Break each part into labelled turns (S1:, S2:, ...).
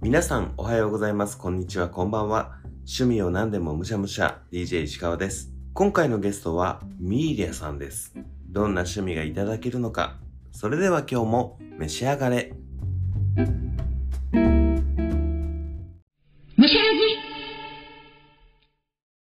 S1: 皆さんおはようございます。こんにちは、こんばんは。趣味を何でもむしゃむしゃ、DJ 石川です。今回のゲストはミーリアさんです。どんな趣味がいただけるのか。それでは今日も召し上がれ。
S2: むしゃらじ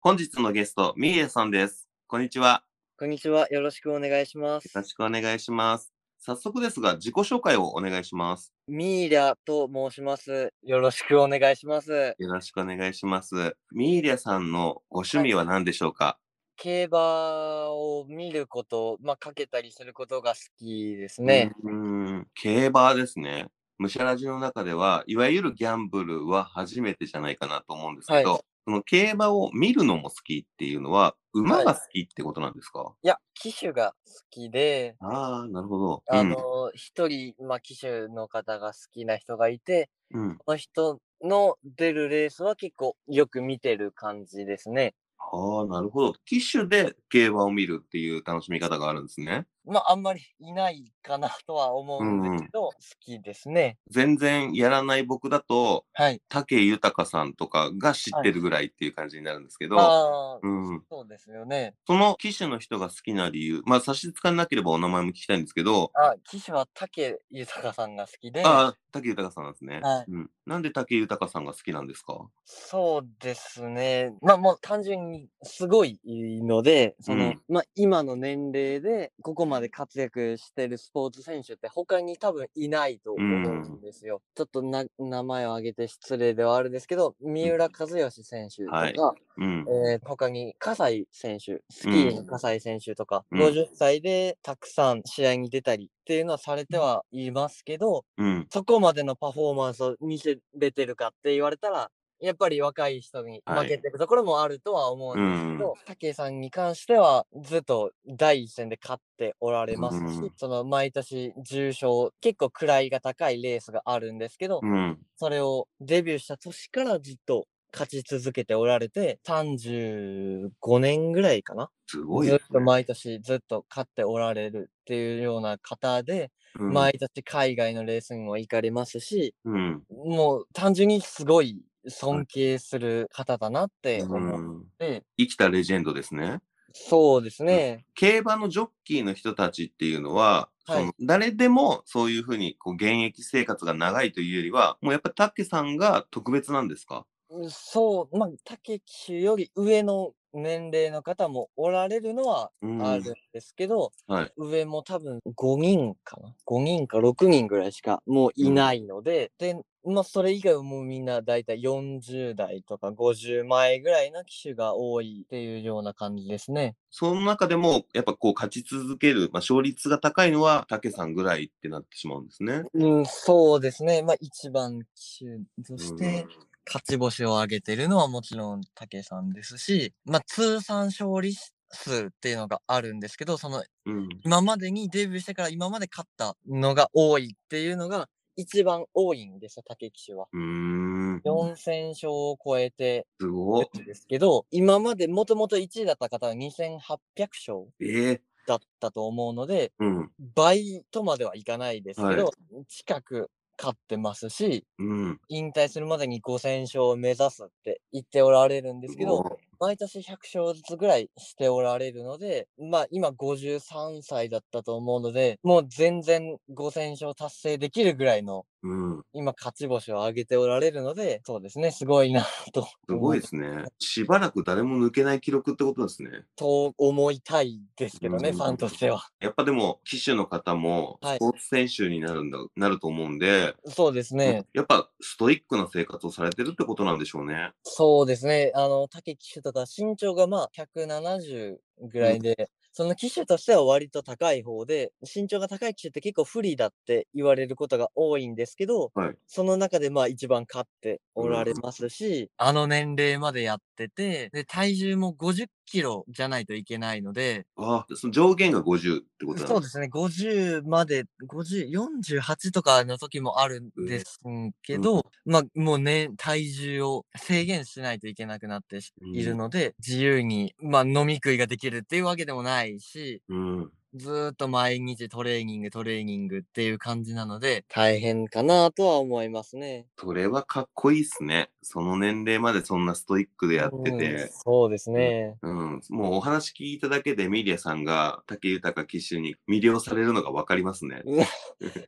S1: 本日のゲスト、ミーリアさんです。こんにちは。
S3: こんにちは。よろしくお願いしま
S1: よろ
S3: す。
S1: しくお願いします。早速ですが、自己紹介をお願いします。
S3: ミーリャと申します。よろしくお願いします。
S1: よろしくお願いします。ミーリアさんのご趣味は何でしょうか、
S3: 競馬を見ること、まあ、かけたりすることが好きですね。
S1: うーん、競馬ですね。ムシャラジの中では、いわゆるギャンブルは初めてじゃないかなと思うんですけど、
S3: はい
S1: その競馬を見るのも好きっていうのは、馬が
S3: はい
S1: 好きってことなんですか、
S3: いや、騎手が好きで、
S1: ああ、なるほど。
S3: あの、一、人、まあ、騎手の方が好きな人がいて、
S1: うん、うん。
S3: その人の出るレースは結構よく見てる感じですね。
S1: ああ、なるほど。機種で競馬を見るっていう楽しみ方があるんですね。
S3: まあ、あんまりいないかなとは思うんですけど、好きですね。
S1: 全然やらない僕だと、
S3: はい。
S1: 武豊さんとかが知ってるぐらいっていう感じになるんですけど、
S3: ああ、
S1: うん、
S3: そうですよね。
S1: その騎手の人が好きな理由、まあ差し支えなければお名前も聞きたいんですけど、
S3: あ、騎手は武豊さんが好きで、
S1: ああ、武豊さんなんですね。
S3: はい
S1: うん、なんで武豊さんが好きなんですか
S3: そうですね。まあもう単純にすごいので、その、
S1: うん
S3: まあ今の年齢でここまで活躍してるスポーツ選手って他に多分いないと思うんですよ。ちょっとな名前を挙げて失礼ではあるんですけど、三浦知良選手とか、
S1: はいうん。
S3: えー他に葛西選手、スキーの葛西選手とか、
S1: うん
S3: 50歳でたくさん試合に出たりっていうのはされてはいますけど、
S1: うん。
S3: そこまでのパフォーマンスを見せれてるかって言われたら、やっぱり若い人に
S1: はい
S3: 負けてるところもあるとは思うんですけ
S1: うん
S3: ど、武井さんに関してはずっと第一線で勝っておられますし、
S1: うん
S3: その毎年重賞、結構位が高いレースがあるんですけど、
S1: うん。
S3: それをデビューした年からずっと勝ち続けておられて、35年ぐらいかな、
S1: すごい
S3: ず
S1: で
S3: っ
S1: す
S3: と
S1: ね。
S3: 毎年ずっと勝っておられるっていうような方で、
S1: うん
S3: 毎年海外のレースにも行かれますし、
S1: うん。
S3: もう単純にすごい尊敬する方だなって
S1: う
S3: 思っ
S1: ん
S3: て、
S1: 生きたレジェンドですね。
S3: そうですね。
S1: 競馬のジョッキーの人たちっていうのは、
S3: はい
S1: その誰でもそういうふうにこう現役生活が長いというよりは、もうやっぱ武さんが特別なんですか
S3: そう、まあ、武騎手より上の年齢の方もおられるのは
S1: うん
S3: あるんですけど、
S1: はい
S3: 上も多分5人かな。5人か6人ぐらいしかもういないので、で、まあ、それ以外はもうみんなだいたい40代とか50前ぐらいの騎手が多いっていうような感じですね。
S1: その中でも、やっぱこう勝ち続ける、まあ、勝率が高いのは武さんぐらいってなってしまうんですね。
S3: うん、そうですね。まあ、一番騎手として、勝ち星を挙げてるのはもちろん武さんですし、まあ、通算勝利数っていうのがあるんですけど、その、
S1: うん、うん
S3: 今までにデビューしてから今まで勝ったのが多いっていうのが、一番多いんですよ、武騎手は。
S1: うーん、
S3: 4000勝を超えて
S1: すごっ
S3: るんですけど、今までもともと1位だった方は2800勝
S1: ええ
S3: だったと思うので、
S1: うん、
S3: 倍とまではいかないですけど、
S1: は
S3: 近く勝ってますし、
S1: うん。
S3: 引退するまでに5000勝を目指すって言っておられるんですけ
S1: す
S3: ど、
S1: ごっ
S3: 毎年100勝ずつぐらいしておられるので、まあ今53歳だったと思うので、もう全然5000勝達成できるぐらいの
S1: うん、
S3: 今勝ち星を挙げておられるので、そうですね、すごいなと
S1: すごい
S3: 思
S1: ですね。しばらく誰も抜けない記録ってことですね。
S3: と思いたいですけどね、
S1: うん
S3: ファンとしては。
S1: やっぱでも、騎手の方も、
S3: はい
S1: スポーツ選手になるんだ、なると思うんで、
S3: そうですね。
S1: やっぱストイックな生活をされてるってことなんでしょうね。
S3: そうですね。あの、竹騎手とか身長がまあ170ぐらいで、その騎手としては割と高い方で、身長が高い騎手って結構不利だって言われることが多いんですけど、
S1: はい
S3: その中でまあ一番勝っておられますし、あの年齢までやってて、で、体重も50キロじゃないといけないので、
S1: ああ、その上限が50ってことなん
S3: そうですね、50まで、50、48とかの時もあるんですけど、まあもうね、体重を制限しないといけなくなってし
S1: うん
S3: いるので、自由に、まあ飲み食いができるっていうわけでもないし、
S1: うん。
S3: ずーっと毎日トレーニングトレーニングっていう感じなので、大変かなとは思いますね。
S1: それはかっこいいっすね。その年齢までそんなストイックでやって
S3: うん
S1: て。
S3: そうですね。
S1: うん、もうお話聞いただけでミリアさんが竹豊騎手に魅了されるのがわかりますね。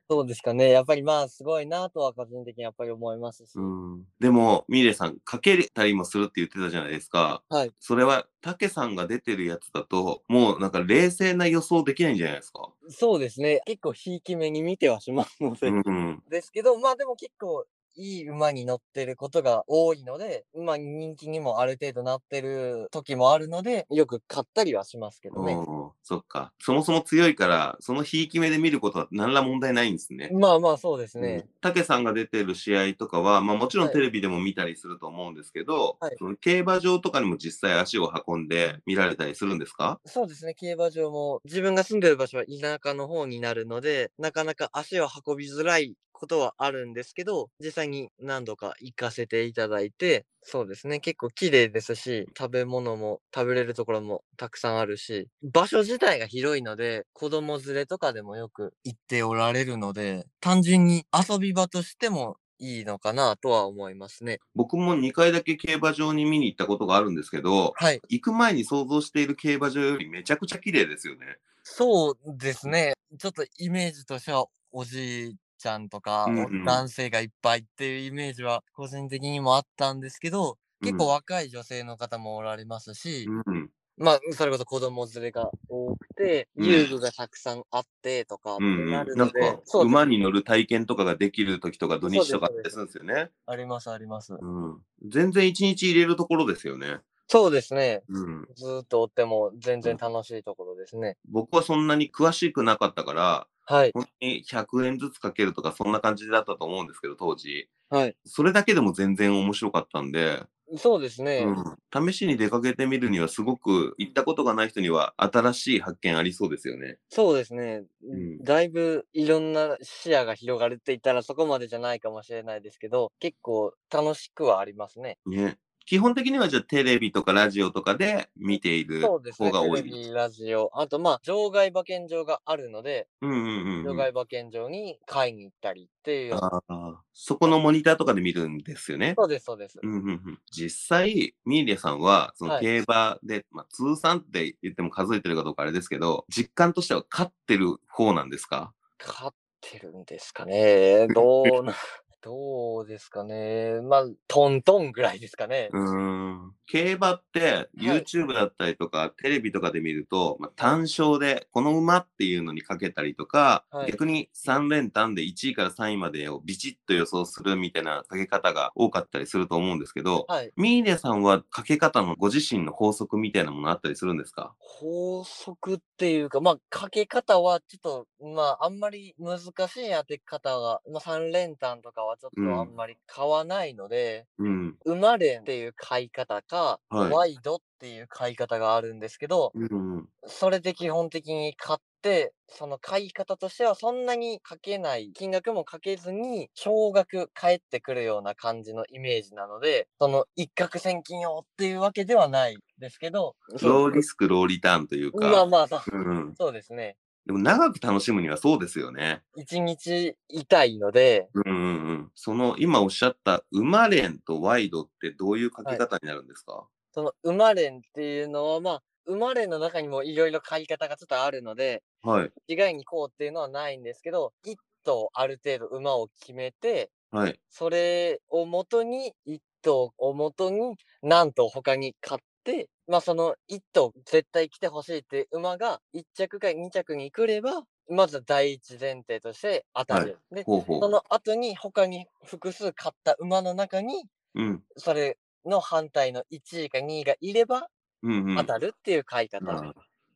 S3: そうですかね。やっぱりまあすごいなとは個人的にやっぱり思いますし。
S1: うん、でもミレさんかけたりもするって言ってたじゃないですか、
S3: はい、
S1: それはタケさんが出てるやつだともうなんか冷静な予想できないんじゃないですか、
S3: そうですね。結構ひいき目に見てはしますので。
S1: うん、
S3: ですけど、まあでも結構いい馬に乗ってることが多いので、まあ人気にもある程度なってる時もあるので、よく買ったりはしますけどね。
S1: おーそっかそもそも強いからそのひいき目で見ることは何ら問題ないんですね。
S3: まあまあそうです
S1: うん
S3: ね。
S1: タケさんが出てる試合とかは、まあ、もちろん
S3: はい
S1: テレビでも見たりすると思うんですけど、
S3: はい
S1: その競馬場とかにも実際足を運んで見られたりするんですか
S3: そうですね。競馬場も自分が住んでる場所は田舎の方になるので、なかなか足を運びづらいことはあるんですけど、実際に何度か行かせていただいて、そうですね。結構綺麗ですし、食べ物も食べれるところもたくさんあるし、場所自体が広いので、子供連れとかでもよく行っておられるので、単純に遊び場としてもいいのかなとは思いますね。
S1: 僕も2回だけ競馬場に見に行ったことがあるんですけど、
S3: はい。
S1: 行く前に想像している競馬場よりめちゃくちゃ綺麗ですよね。
S3: そうですね。ちょっとイメージとしては、おじいちゃんとか、
S1: うん
S3: お
S1: うん
S3: 男性がいっぱいっていうイメージは、個人的にもあったんですけど、結構若い女性の方もおられますし、
S1: うん、
S3: まあ、それこそ子供連れが多くて、
S1: うん
S3: 遊具がたくさんあってとかって
S1: うん、うん、な
S3: なんるので、
S1: か
S3: そうです
S1: 馬に乗る体験とかができる時とか土日とかあったりするんですよね。
S3: ありますあります。
S1: うん、全然一日入れるところですよね。
S3: そうですね。
S1: うん、
S3: ずーっと追っても全然楽しいところですね。
S1: 僕はそんなに詳しくなかったから、
S3: はい。
S1: 本当に100円ずつかけるとかそんな感じだったと思うんですけど当時。
S3: はい。
S1: それだけでも全然面白かったんで、
S3: そうですね。
S1: うん、試しに出かけてみるにはすごく行ったことがない人には新しい発見ありそうですよね。
S3: そうですね、
S1: うん
S3: だいぶいろんな視野が広がるって言ったらそこまでじゃないかもしれないですけど、結構楽しくはありますね。
S1: ね。基本的にはじゃあテレビとかラジオとかで見ている
S3: そうですね。
S1: 方が多
S3: テレ
S1: い。
S3: ビ、ラジオ、あとまあ、場外馬券場があるので、
S1: うんうんう
S3: 場
S1: んうん。
S3: 外馬券場に買いに行ったりっていうような。
S1: あーそこのモニターとかで見るんですよね。
S3: そうです、そうです。
S1: うんうんうん、実際、ミーリアさんは、その
S3: はい
S1: 競馬で、まあ、通算って言っても数えてるかどうかあれですけど、実感としては勝ってる方なんですか
S3: 買ってるんですかね。どうな、どうですかね。まあ、トントンぐらいですかね。
S1: うーん。競馬って、YouTube だったりとか、テレビとかで見ると、まあ、単勝で、この馬っていうのにかけたりとか、
S3: はい
S1: 逆に3連単で1位から3位までをビチッと予想するみたいなかけ方が多かったりすると思うんですけど、
S3: はい。
S1: ミーレさんはかけ方のご自身の法則みたいなものあったりするんですか
S3: 法則っていうか、まあ、かけ方はちょっと、まあ、あんまり難しい当て方が、まあ、3連単とかはちょっ
S1: うん
S3: とあんまり買わないので、
S1: うん。
S3: 馬連っていう買い方か、
S1: はい
S3: ワイドっていう買い方があるんですけど、
S1: うん。
S3: それで基本的に買って、その買い方としてはそんなにかけない、金額もかけずに、少額返ってくるような感じのイメージなので、その一攫千金をっていうわけではないですけど、
S1: ローリスク、ローリターンというか。
S3: まあまあ、そう
S1: うん。
S3: そうですね。
S1: でも長く楽しむにはそうですよね。
S3: 一日いたいので、
S1: うんうんうん。その、今おっしゃった、馬連とワイドってどういうかけ方になるんですか、
S3: その馬連っていうのは、まあ、馬連の中にもいろいろ買い方がちょっとあるので、
S1: はい。
S3: 一概にこうっていうのはないんですけど、一頭ある程度馬を決めて、
S1: はい。
S3: それをもとに、一頭をもとに、なんと他に買って、まあその一頭絶対来てほしいっていう馬が一着か二着に来れば、まず第一前提として当たる。で、
S1: ほうほ。
S3: そうの後に他に複数買った馬の中に、
S1: うん。
S3: それの反対の1位か2位がいれば
S1: うんうん。
S3: 当たるっていう買い方
S1: あー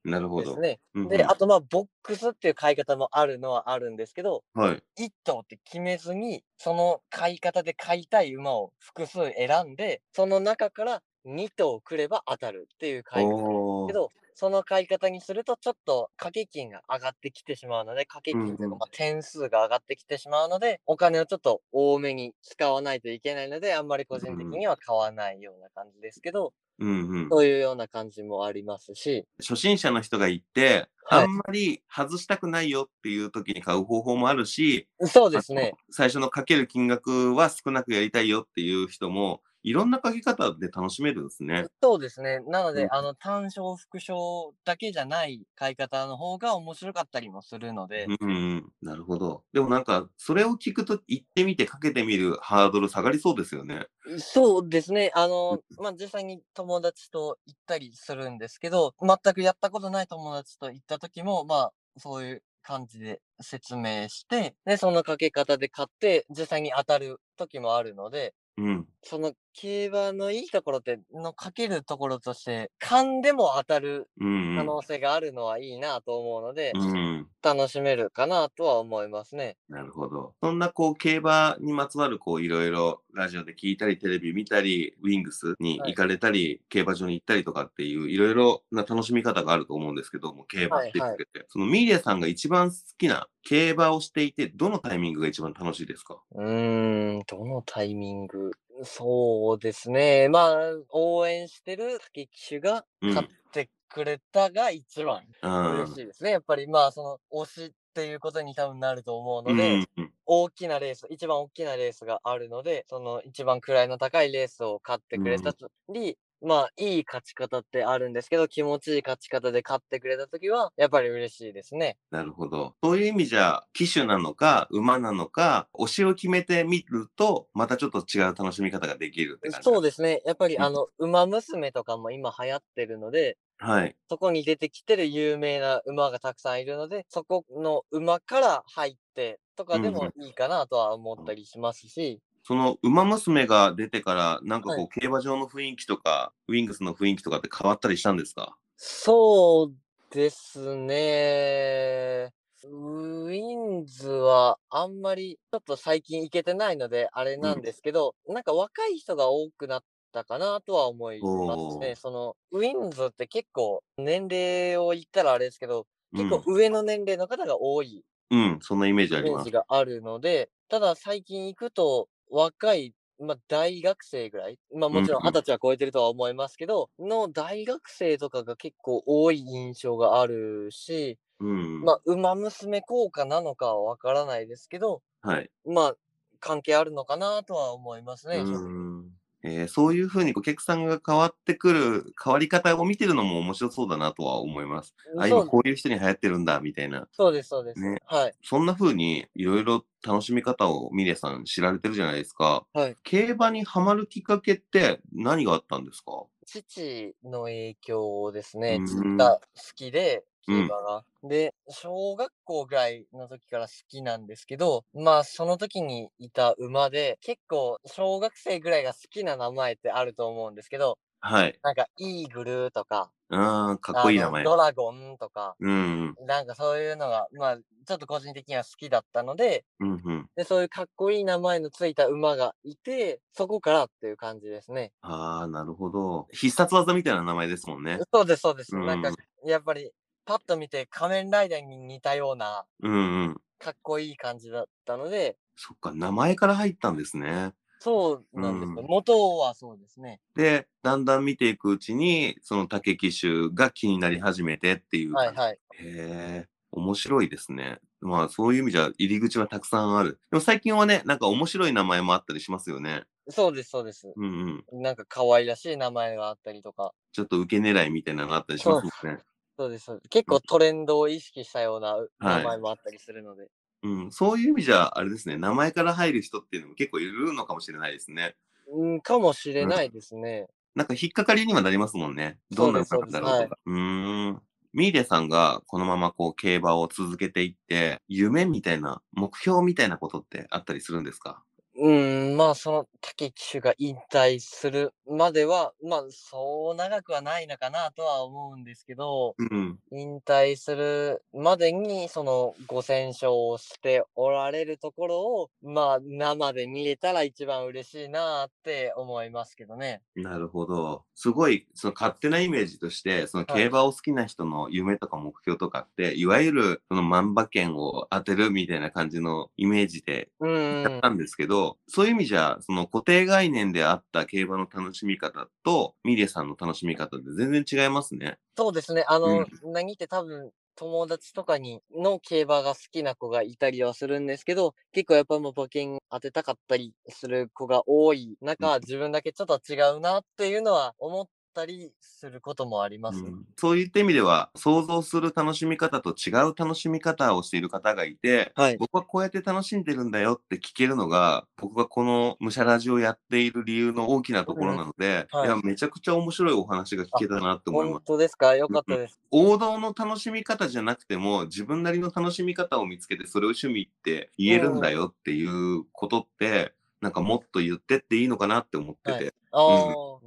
S1: なるほ
S3: で
S1: ど
S3: す。ね。
S1: うんうん
S3: で、あとまあボックスっていう買い方もあるのはあるんですけど、
S1: はい。
S3: 1頭って決めずに、その買い方で買いたい馬を複数選んで、その中から2頭来れば当たるっていう買い方なんです
S1: お
S3: け
S1: ー
S3: ど、その買い方にするとちょっと掛け金が上がってきてしまうので、掛け
S1: う
S3: 金とい
S1: ん
S3: う
S1: うん
S3: かまあ点数が上がってきてしまうので、お金をちょっと多めに使わないといけないので、あんまり個人的には買わないような感じですけど、
S1: うんうん。
S3: そういうような感じもありますし、
S1: 初心者の人が行って、
S3: はい
S1: あんまり外したくないよっていう時に買う方法もあるし、
S3: そうですね。
S1: あの最初のかける金額は少なくやりたいよっていう人も、いろんなかけ方で楽しめるんですね。
S3: そうですね。なので、
S1: うん
S3: あの、単勝、副賞だけじゃない買い方の方が面白かったりもするので、
S1: うんうん、なるほど。でもなんか、それを聞くと行ってみてかけてみるハードル下がりそうですよね。
S3: そうですね。あの、まあ、実際に友達と行ったりするんですけど、全くやったことない友達と行った時も、まあ、そういう感じで説明して、で、そのかけ方で買って、実際に当たる時もあるので、
S1: うん。
S3: その競馬のいいところって、のかけるところとして、勘でも当たる
S1: うん、う
S3: 可
S1: ん。
S3: 能性があるのはいいなと思うので、
S1: うん。
S3: 楽しめるかなとは思いますね。
S1: なるほど。そんなこう競馬にまつわるこういろいろラジオで聞いたりテレビ見たりウィングスに
S3: はい
S1: 行かれたり、競馬場に行ったりとかっていういろいろな楽しみ方があると思うんですけども競馬って言ってて、そのミーレさんが一番好きな競馬をしていてどのタイミングが一番楽しいですか
S3: うーん、どのタイミングそうですね。まあ、応援してる滝騎手が
S1: うん
S3: 勝ってくれたが一番
S1: うん
S3: 嬉しいですね。やっぱりまあ、その推しっていうことに多分なると思う
S1: う
S3: ので、
S1: んうん
S3: 大きなレース、一番大きなレースがあるので、その一番位の高いレースを勝ってくれたり、まあ、いい勝ち方ってあるんですけど、気持ちいい勝ち方で勝ってくれたときは、やっぱり嬉しいですね。
S1: なるほど。そういう意味じゃ騎手なのか馬なのか推しを決めてみるとまたちょっと違う楽しみ方ができるって感じ
S3: そう
S1: です。
S3: ですね。やっぱり、
S1: うん
S3: あの、馬娘とかも今流行ってるので、
S1: はい。
S3: そこに出てきてる有名な馬がたくさんいるので、そこの馬から入ってとかで
S1: うん
S3: もいいかなとは思ったりしますし、
S1: その馬娘が出てから、なんかこう、
S3: は
S1: 競馬場の雰囲気とか、ウィングスの雰囲気とかって変わったりしたんですか
S3: そうですね。ウィンズはあんまりちょっと最近行けてないのであれなんですけど、なんか若い人が多くなったかなとは思います
S1: お
S3: ね。
S1: ー
S3: そのウィンズって結構年齢を言ったらあれですけど、
S1: うん
S3: 結構上の年齢の方が多い
S1: うん、そんなイメージあ
S3: イ
S1: り
S3: メー
S1: ます
S3: ジ。があるので、ただ最近行くと若い、まあ、大学生ぐらい、まあ、もちろん
S1: うんう
S3: 二
S1: ん
S3: 十歳は超えてるとは思いますけど、の大学生とかが結構多い印象があるし、
S1: うん、
S3: まあ、馬娘効果なのかはわからないですけど、
S1: はい。
S3: まあ、関係あるのかなとは思いますね。
S1: うんえーそういうふうにお客さんが変わってくる、変わり方を見てるのも面白そうだなとは思います。あ、
S3: そ
S1: 今
S3: う
S1: こういう人に流行ってるんだ、みたいな。
S3: そうです、そうです。
S1: ね
S3: はい。
S1: そんな風にいろいろ楽しみ方をミレさん知られてるじゃないですか。
S3: はい
S1: 競馬にハマるきっかけって何があったんですか
S3: 父の影響ですね。
S1: うん
S3: 父が好きで、
S1: うん
S3: 競馬が。で、小学校ぐらいの時から好きなんですけど、まあその時にいた馬で、結構小学生ぐらいが好きな名前ってあると思うんですけど、
S1: はい。
S3: なんかイーグルとか、
S1: うん、かっこいい名
S3: あの
S1: 前。
S3: ドラゴンとか、
S1: うん、
S3: なんかそういうのが、まあちょっと個人的には好きだったので、
S1: うん、うん。
S3: で、そういうかっこいい名前のついた馬がいて、そこからっていう感じですね。
S1: ああ、なるほど。必殺技みたいな名前ですもんね。
S3: そうです、そうです。なん
S1: う
S3: か
S1: ん、
S3: やっぱり、パッと見て仮面ライダーに似たような、
S1: うんうん。
S3: かっこいい感じだったので、
S1: そっか、名前から入ったんですね。
S3: そうなんですね。
S1: うん
S3: 元はそうですね。
S1: で、だんだん見ていくうちに、その竹騎手が気になり始めてっていう
S3: はい
S1: 感じ。
S3: はい。
S1: へえ、面白いですね。まあ、そういう意味じゃ入り口はたくさんある。でも最近はね、なんか面白い名前もあったりしますよね。
S3: そうです、そうです。
S1: うんうん。
S3: なんか可愛らしい名前があったりとか、
S1: ちょっと受け狙いみたいなのがあったりしますもんね。
S3: そうです、そうです。結構トレンドを意識したようなう
S1: はい
S3: 名前もあったりするので、
S1: うん、そういう意味じゃ、あれですね、名前から入る人っていうのも結構いるのかもしれないですね。
S3: うん、かもしれ
S1: うん
S3: ないですね。
S1: なんか引っかかりにはなりますもんね。どんな歌なんだろうとか。うーん。ミーレさんがこのままこう競馬を続けていって、夢みたいな、目標みたいなことってあったりするんですか
S3: うん、まあその竹騎手が引退するまでは、まあそう長くはないのかなとは思うんですけど、
S1: うん。
S3: 引退するまでに、その5000勝をしておられるところを、まあ、生で見れたら一番嬉しいなあって思いますけどね。
S1: なるほど。すごい、その勝手なイメージとして、その競馬を好きな人の夢とか目標とかって、いわゆるその万馬券を当てるみたいな感じのイメージで
S3: うん
S1: やっ。たんですけど、ど、そういう意味じゃ、その固定概念であった競馬の楽しみ方と、ミレさんの楽しみ方って全然違いますね。
S3: そうですね。あの、
S1: う
S3: 何って多分、友達とかにの競馬が好きな子がいたりはするんですけど、結構やっぱもう馬券当てたかったりする子が多い中、自分だけちょっと違うなっていうのは思ったりすることもありますね。
S1: うんそういった意味では、想像する楽しみ方と違う楽しみ方をしている方がいて、
S3: はい。
S1: 僕はこうやって楽しんでるんだよって聞けるのが、僕がこのむしゃラジをやっている理由の大きなところなので、、
S3: うんはいい
S1: や、めちゃくちゃ面白いお話が聞けたなって思います
S3: 本。当ですかよかったです。
S1: 王道の楽しみ方じゃなくても、自分なりの楽しみ方を見つけて、それを趣味って言えるんだよっていうことって、なんかもっと言ってっていいのかなって思ってて。
S3: はいああ、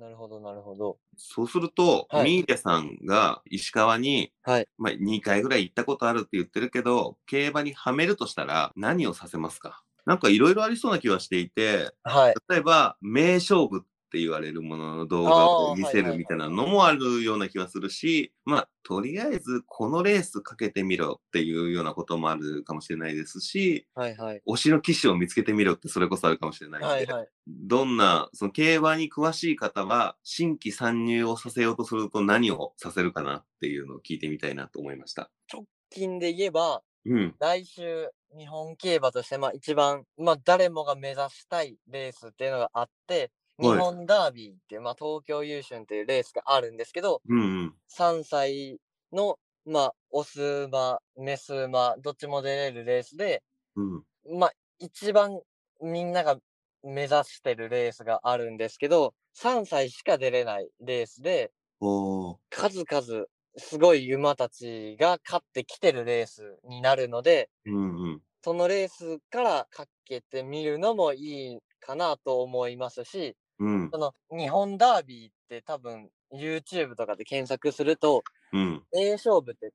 S3: なるほど、なるほど。
S1: そうすると、
S3: はい
S1: ミーレさんが石川に、
S3: はい
S1: まあ、2回ぐらい行ったことあるって言ってるけど、競馬にはめるとしたら何をさせますかなんかいろいろありそうな気はしていて、
S3: はい。
S1: 例えば、名勝負って言われるものの動画を見せ
S3: あーはいはいは
S1: る
S3: い
S1: みたいなのもあるような気はするし、まあ、とりあえずこのレースかけてみろっていうようなこともあるかもしれないですし、
S3: はいはい。
S1: 推しの騎士を見つけてみろってそれこそあるかもしれないんで、
S3: はいはい。
S1: どんな、その競馬に詳しい方は、新規参入をさせようとすると何をさせるかなっていうのを聞いてみたいなと思いました。
S3: 金で言えば、
S1: うん。
S3: 来週、日本競馬として、まあ一番、まあ誰もが目指したいレースっていうのがあって、日
S1: はい
S3: 本ダービーっていう、まあ東京優駿っていうレースがあるんですけど、
S1: うんうん。
S3: 3歳の、まあ、オス馬、メス馬、どっちも出れるレースで、
S1: うん。
S3: まあ一番みんなが目指してるレースがあるんですけど、3歳しか出れないレースで、
S1: おー。
S3: 数々、すごい馬たちが勝ってきてるレースになるので、
S1: うんうん。
S3: そのレースからかけてみるのもいいかなと思いますし、
S1: うん
S3: そ。の日本ダービーって多分 YouTube とかで検索すると、
S1: うん。
S3: A 勝負って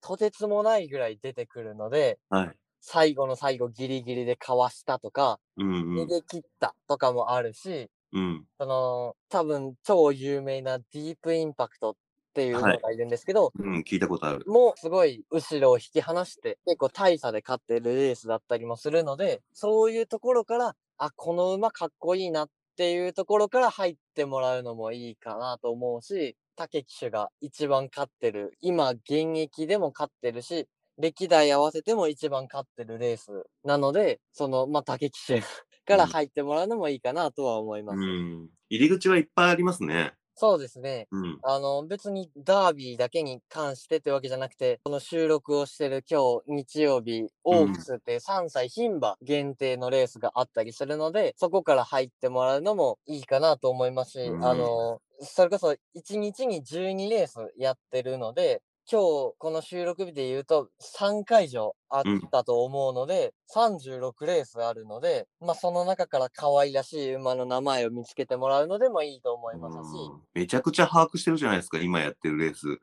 S3: とてつもないぐらい出てくるので、
S1: はい。
S3: 最後の最後ギリギリでかわしたとか、
S1: うんう
S3: 逃
S1: ん。
S3: げ切ったとかもあるし、
S1: うん。
S3: その多分超有名なディープインパクトっていうの
S1: はい
S3: がいるんですけど、
S1: うん、聞いたことある。
S3: もうすごい後ろを引き離して結構大差で勝ってるレースだったりもするのでそういうところからあこの馬かっこいいなっていうところから入ってもらうのもいいかなと思うし武騎手が一番勝ってる今現役でも勝ってるし歴代合わせても一番勝ってるレースなのでそのまあ武騎手から入ってもらうのもいいかなとは思いま
S1: う
S3: す、
S1: ん。入り口はいっぱいありますね。
S3: そうですね
S1: うん。
S3: あの、別にダービーだけに関してってわけじゃなくて、この収録をしてる今日日曜日、オークスって3歳牝馬限定のレースがあったりするので、そこから入ってもらうのもいいかなと思いますし、
S1: うん
S3: あの、それこそ1日に12レースやってるので、今日この収録日で言うと3回以上あったと思うので、36レースあるので、まあその中から可愛らしい馬の名前を見つけてもらうのでもいいと思いますし、
S1: うんめちゃくちゃ把握してるじゃないですか、今やってるレース。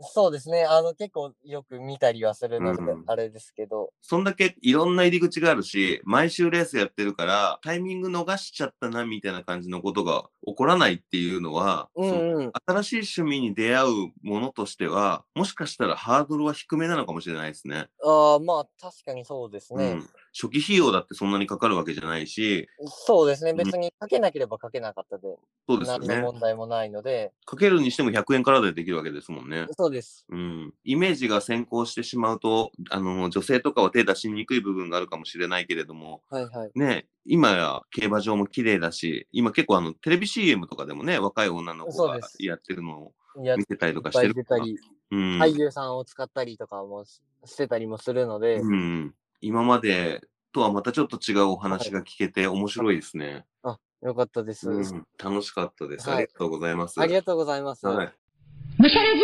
S3: そうですね。あの、結構よく見たりはするので、
S1: うん
S3: あれですけど。
S1: そんだけいろんな入り口があるし、毎週レースやってるから、タイミング逃しちゃったな、みたいな感じのことが起こらないっていうのは、
S3: う
S1: その
S3: んうん。
S1: 新しい趣味に出会うものとしては、もしかしたらハードルは低めなのかもしれないですね。
S3: ああ、まあ、確かにそうです
S1: う
S3: ね。
S1: ん。初期費用だってそんなにかかるわけじゃないし、
S3: そうですね。
S1: ん
S3: 別にかけなければかけなかったで、
S1: そうですよ
S3: 何の
S1: ね。
S3: 問題もないので、
S1: かけるにしても100円からでできるわけですもんね。
S3: そうです。
S1: うん、イメージが先行してしまうとあの女性とかは手出しにくい部分があるかもしれないけれども、
S3: はいはい。
S1: ね、今や競馬場も綺麗だし今結構あのテレビ CM とかでもね若い女の子
S3: そう
S1: が
S3: です
S1: やってるのを
S3: いや、い
S1: 見
S3: って
S1: たりとかし
S3: ぱ
S1: て
S3: い
S1: る
S3: 出
S1: か
S3: た
S1: ら、
S3: り、
S1: うん
S3: 俳優さんを使ったりとかもししてたりもするので、
S1: うん、今までとはまたちょっと違うお話が聞けて面白いですね。
S3: よかったです。
S1: うん、楽しかったです。
S3: はい
S1: ありがとうございます。
S3: ありがとうございます。
S1: はい
S2: むしゃらじ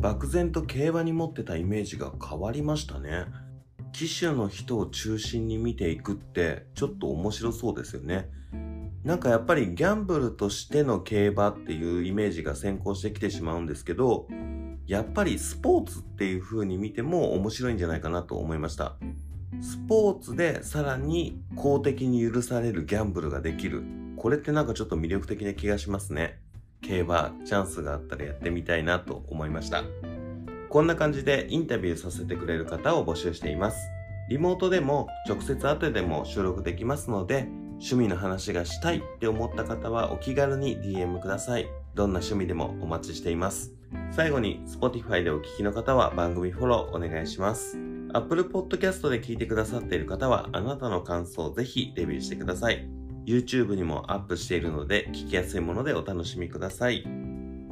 S1: 漠然と競馬に持ってたイメージが変わりましたね騎手の人を中心に見ていくってちょっと面白そうですよねなんかやっぱりギャンブルとしての競馬っていうイメージが先行してきてしまうんですけどやっぱりスポーツっていう風に見ても面白いんじゃないかなと思いましたスポーツでさらに公的に許されるギャンブルができるこれってなんかちょっと魅力的な気がしますね競馬チャンスがあったらやってみたいなと思いましたこんな感じでインタビューさせてくれる方を募集しています。リモートでも直接会ってでも収録できますので、趣味の話がしたいって思った方はお気軽に DM ください。どんな趣味でもお待ちしています。最後に Spotify でお聞きの方は番組フォローお願いします。Apple Podcast で聞いてくださっている方はあなたの感想をぜひレビューしてください。YouTube にもアップしているので聞きやすいものでお楽しみください。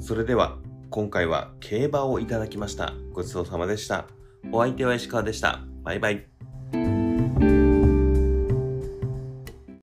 S1: それでは今回は競馬をいただきました。ごちそうさまでした。お相手は石川でした。バイバイ。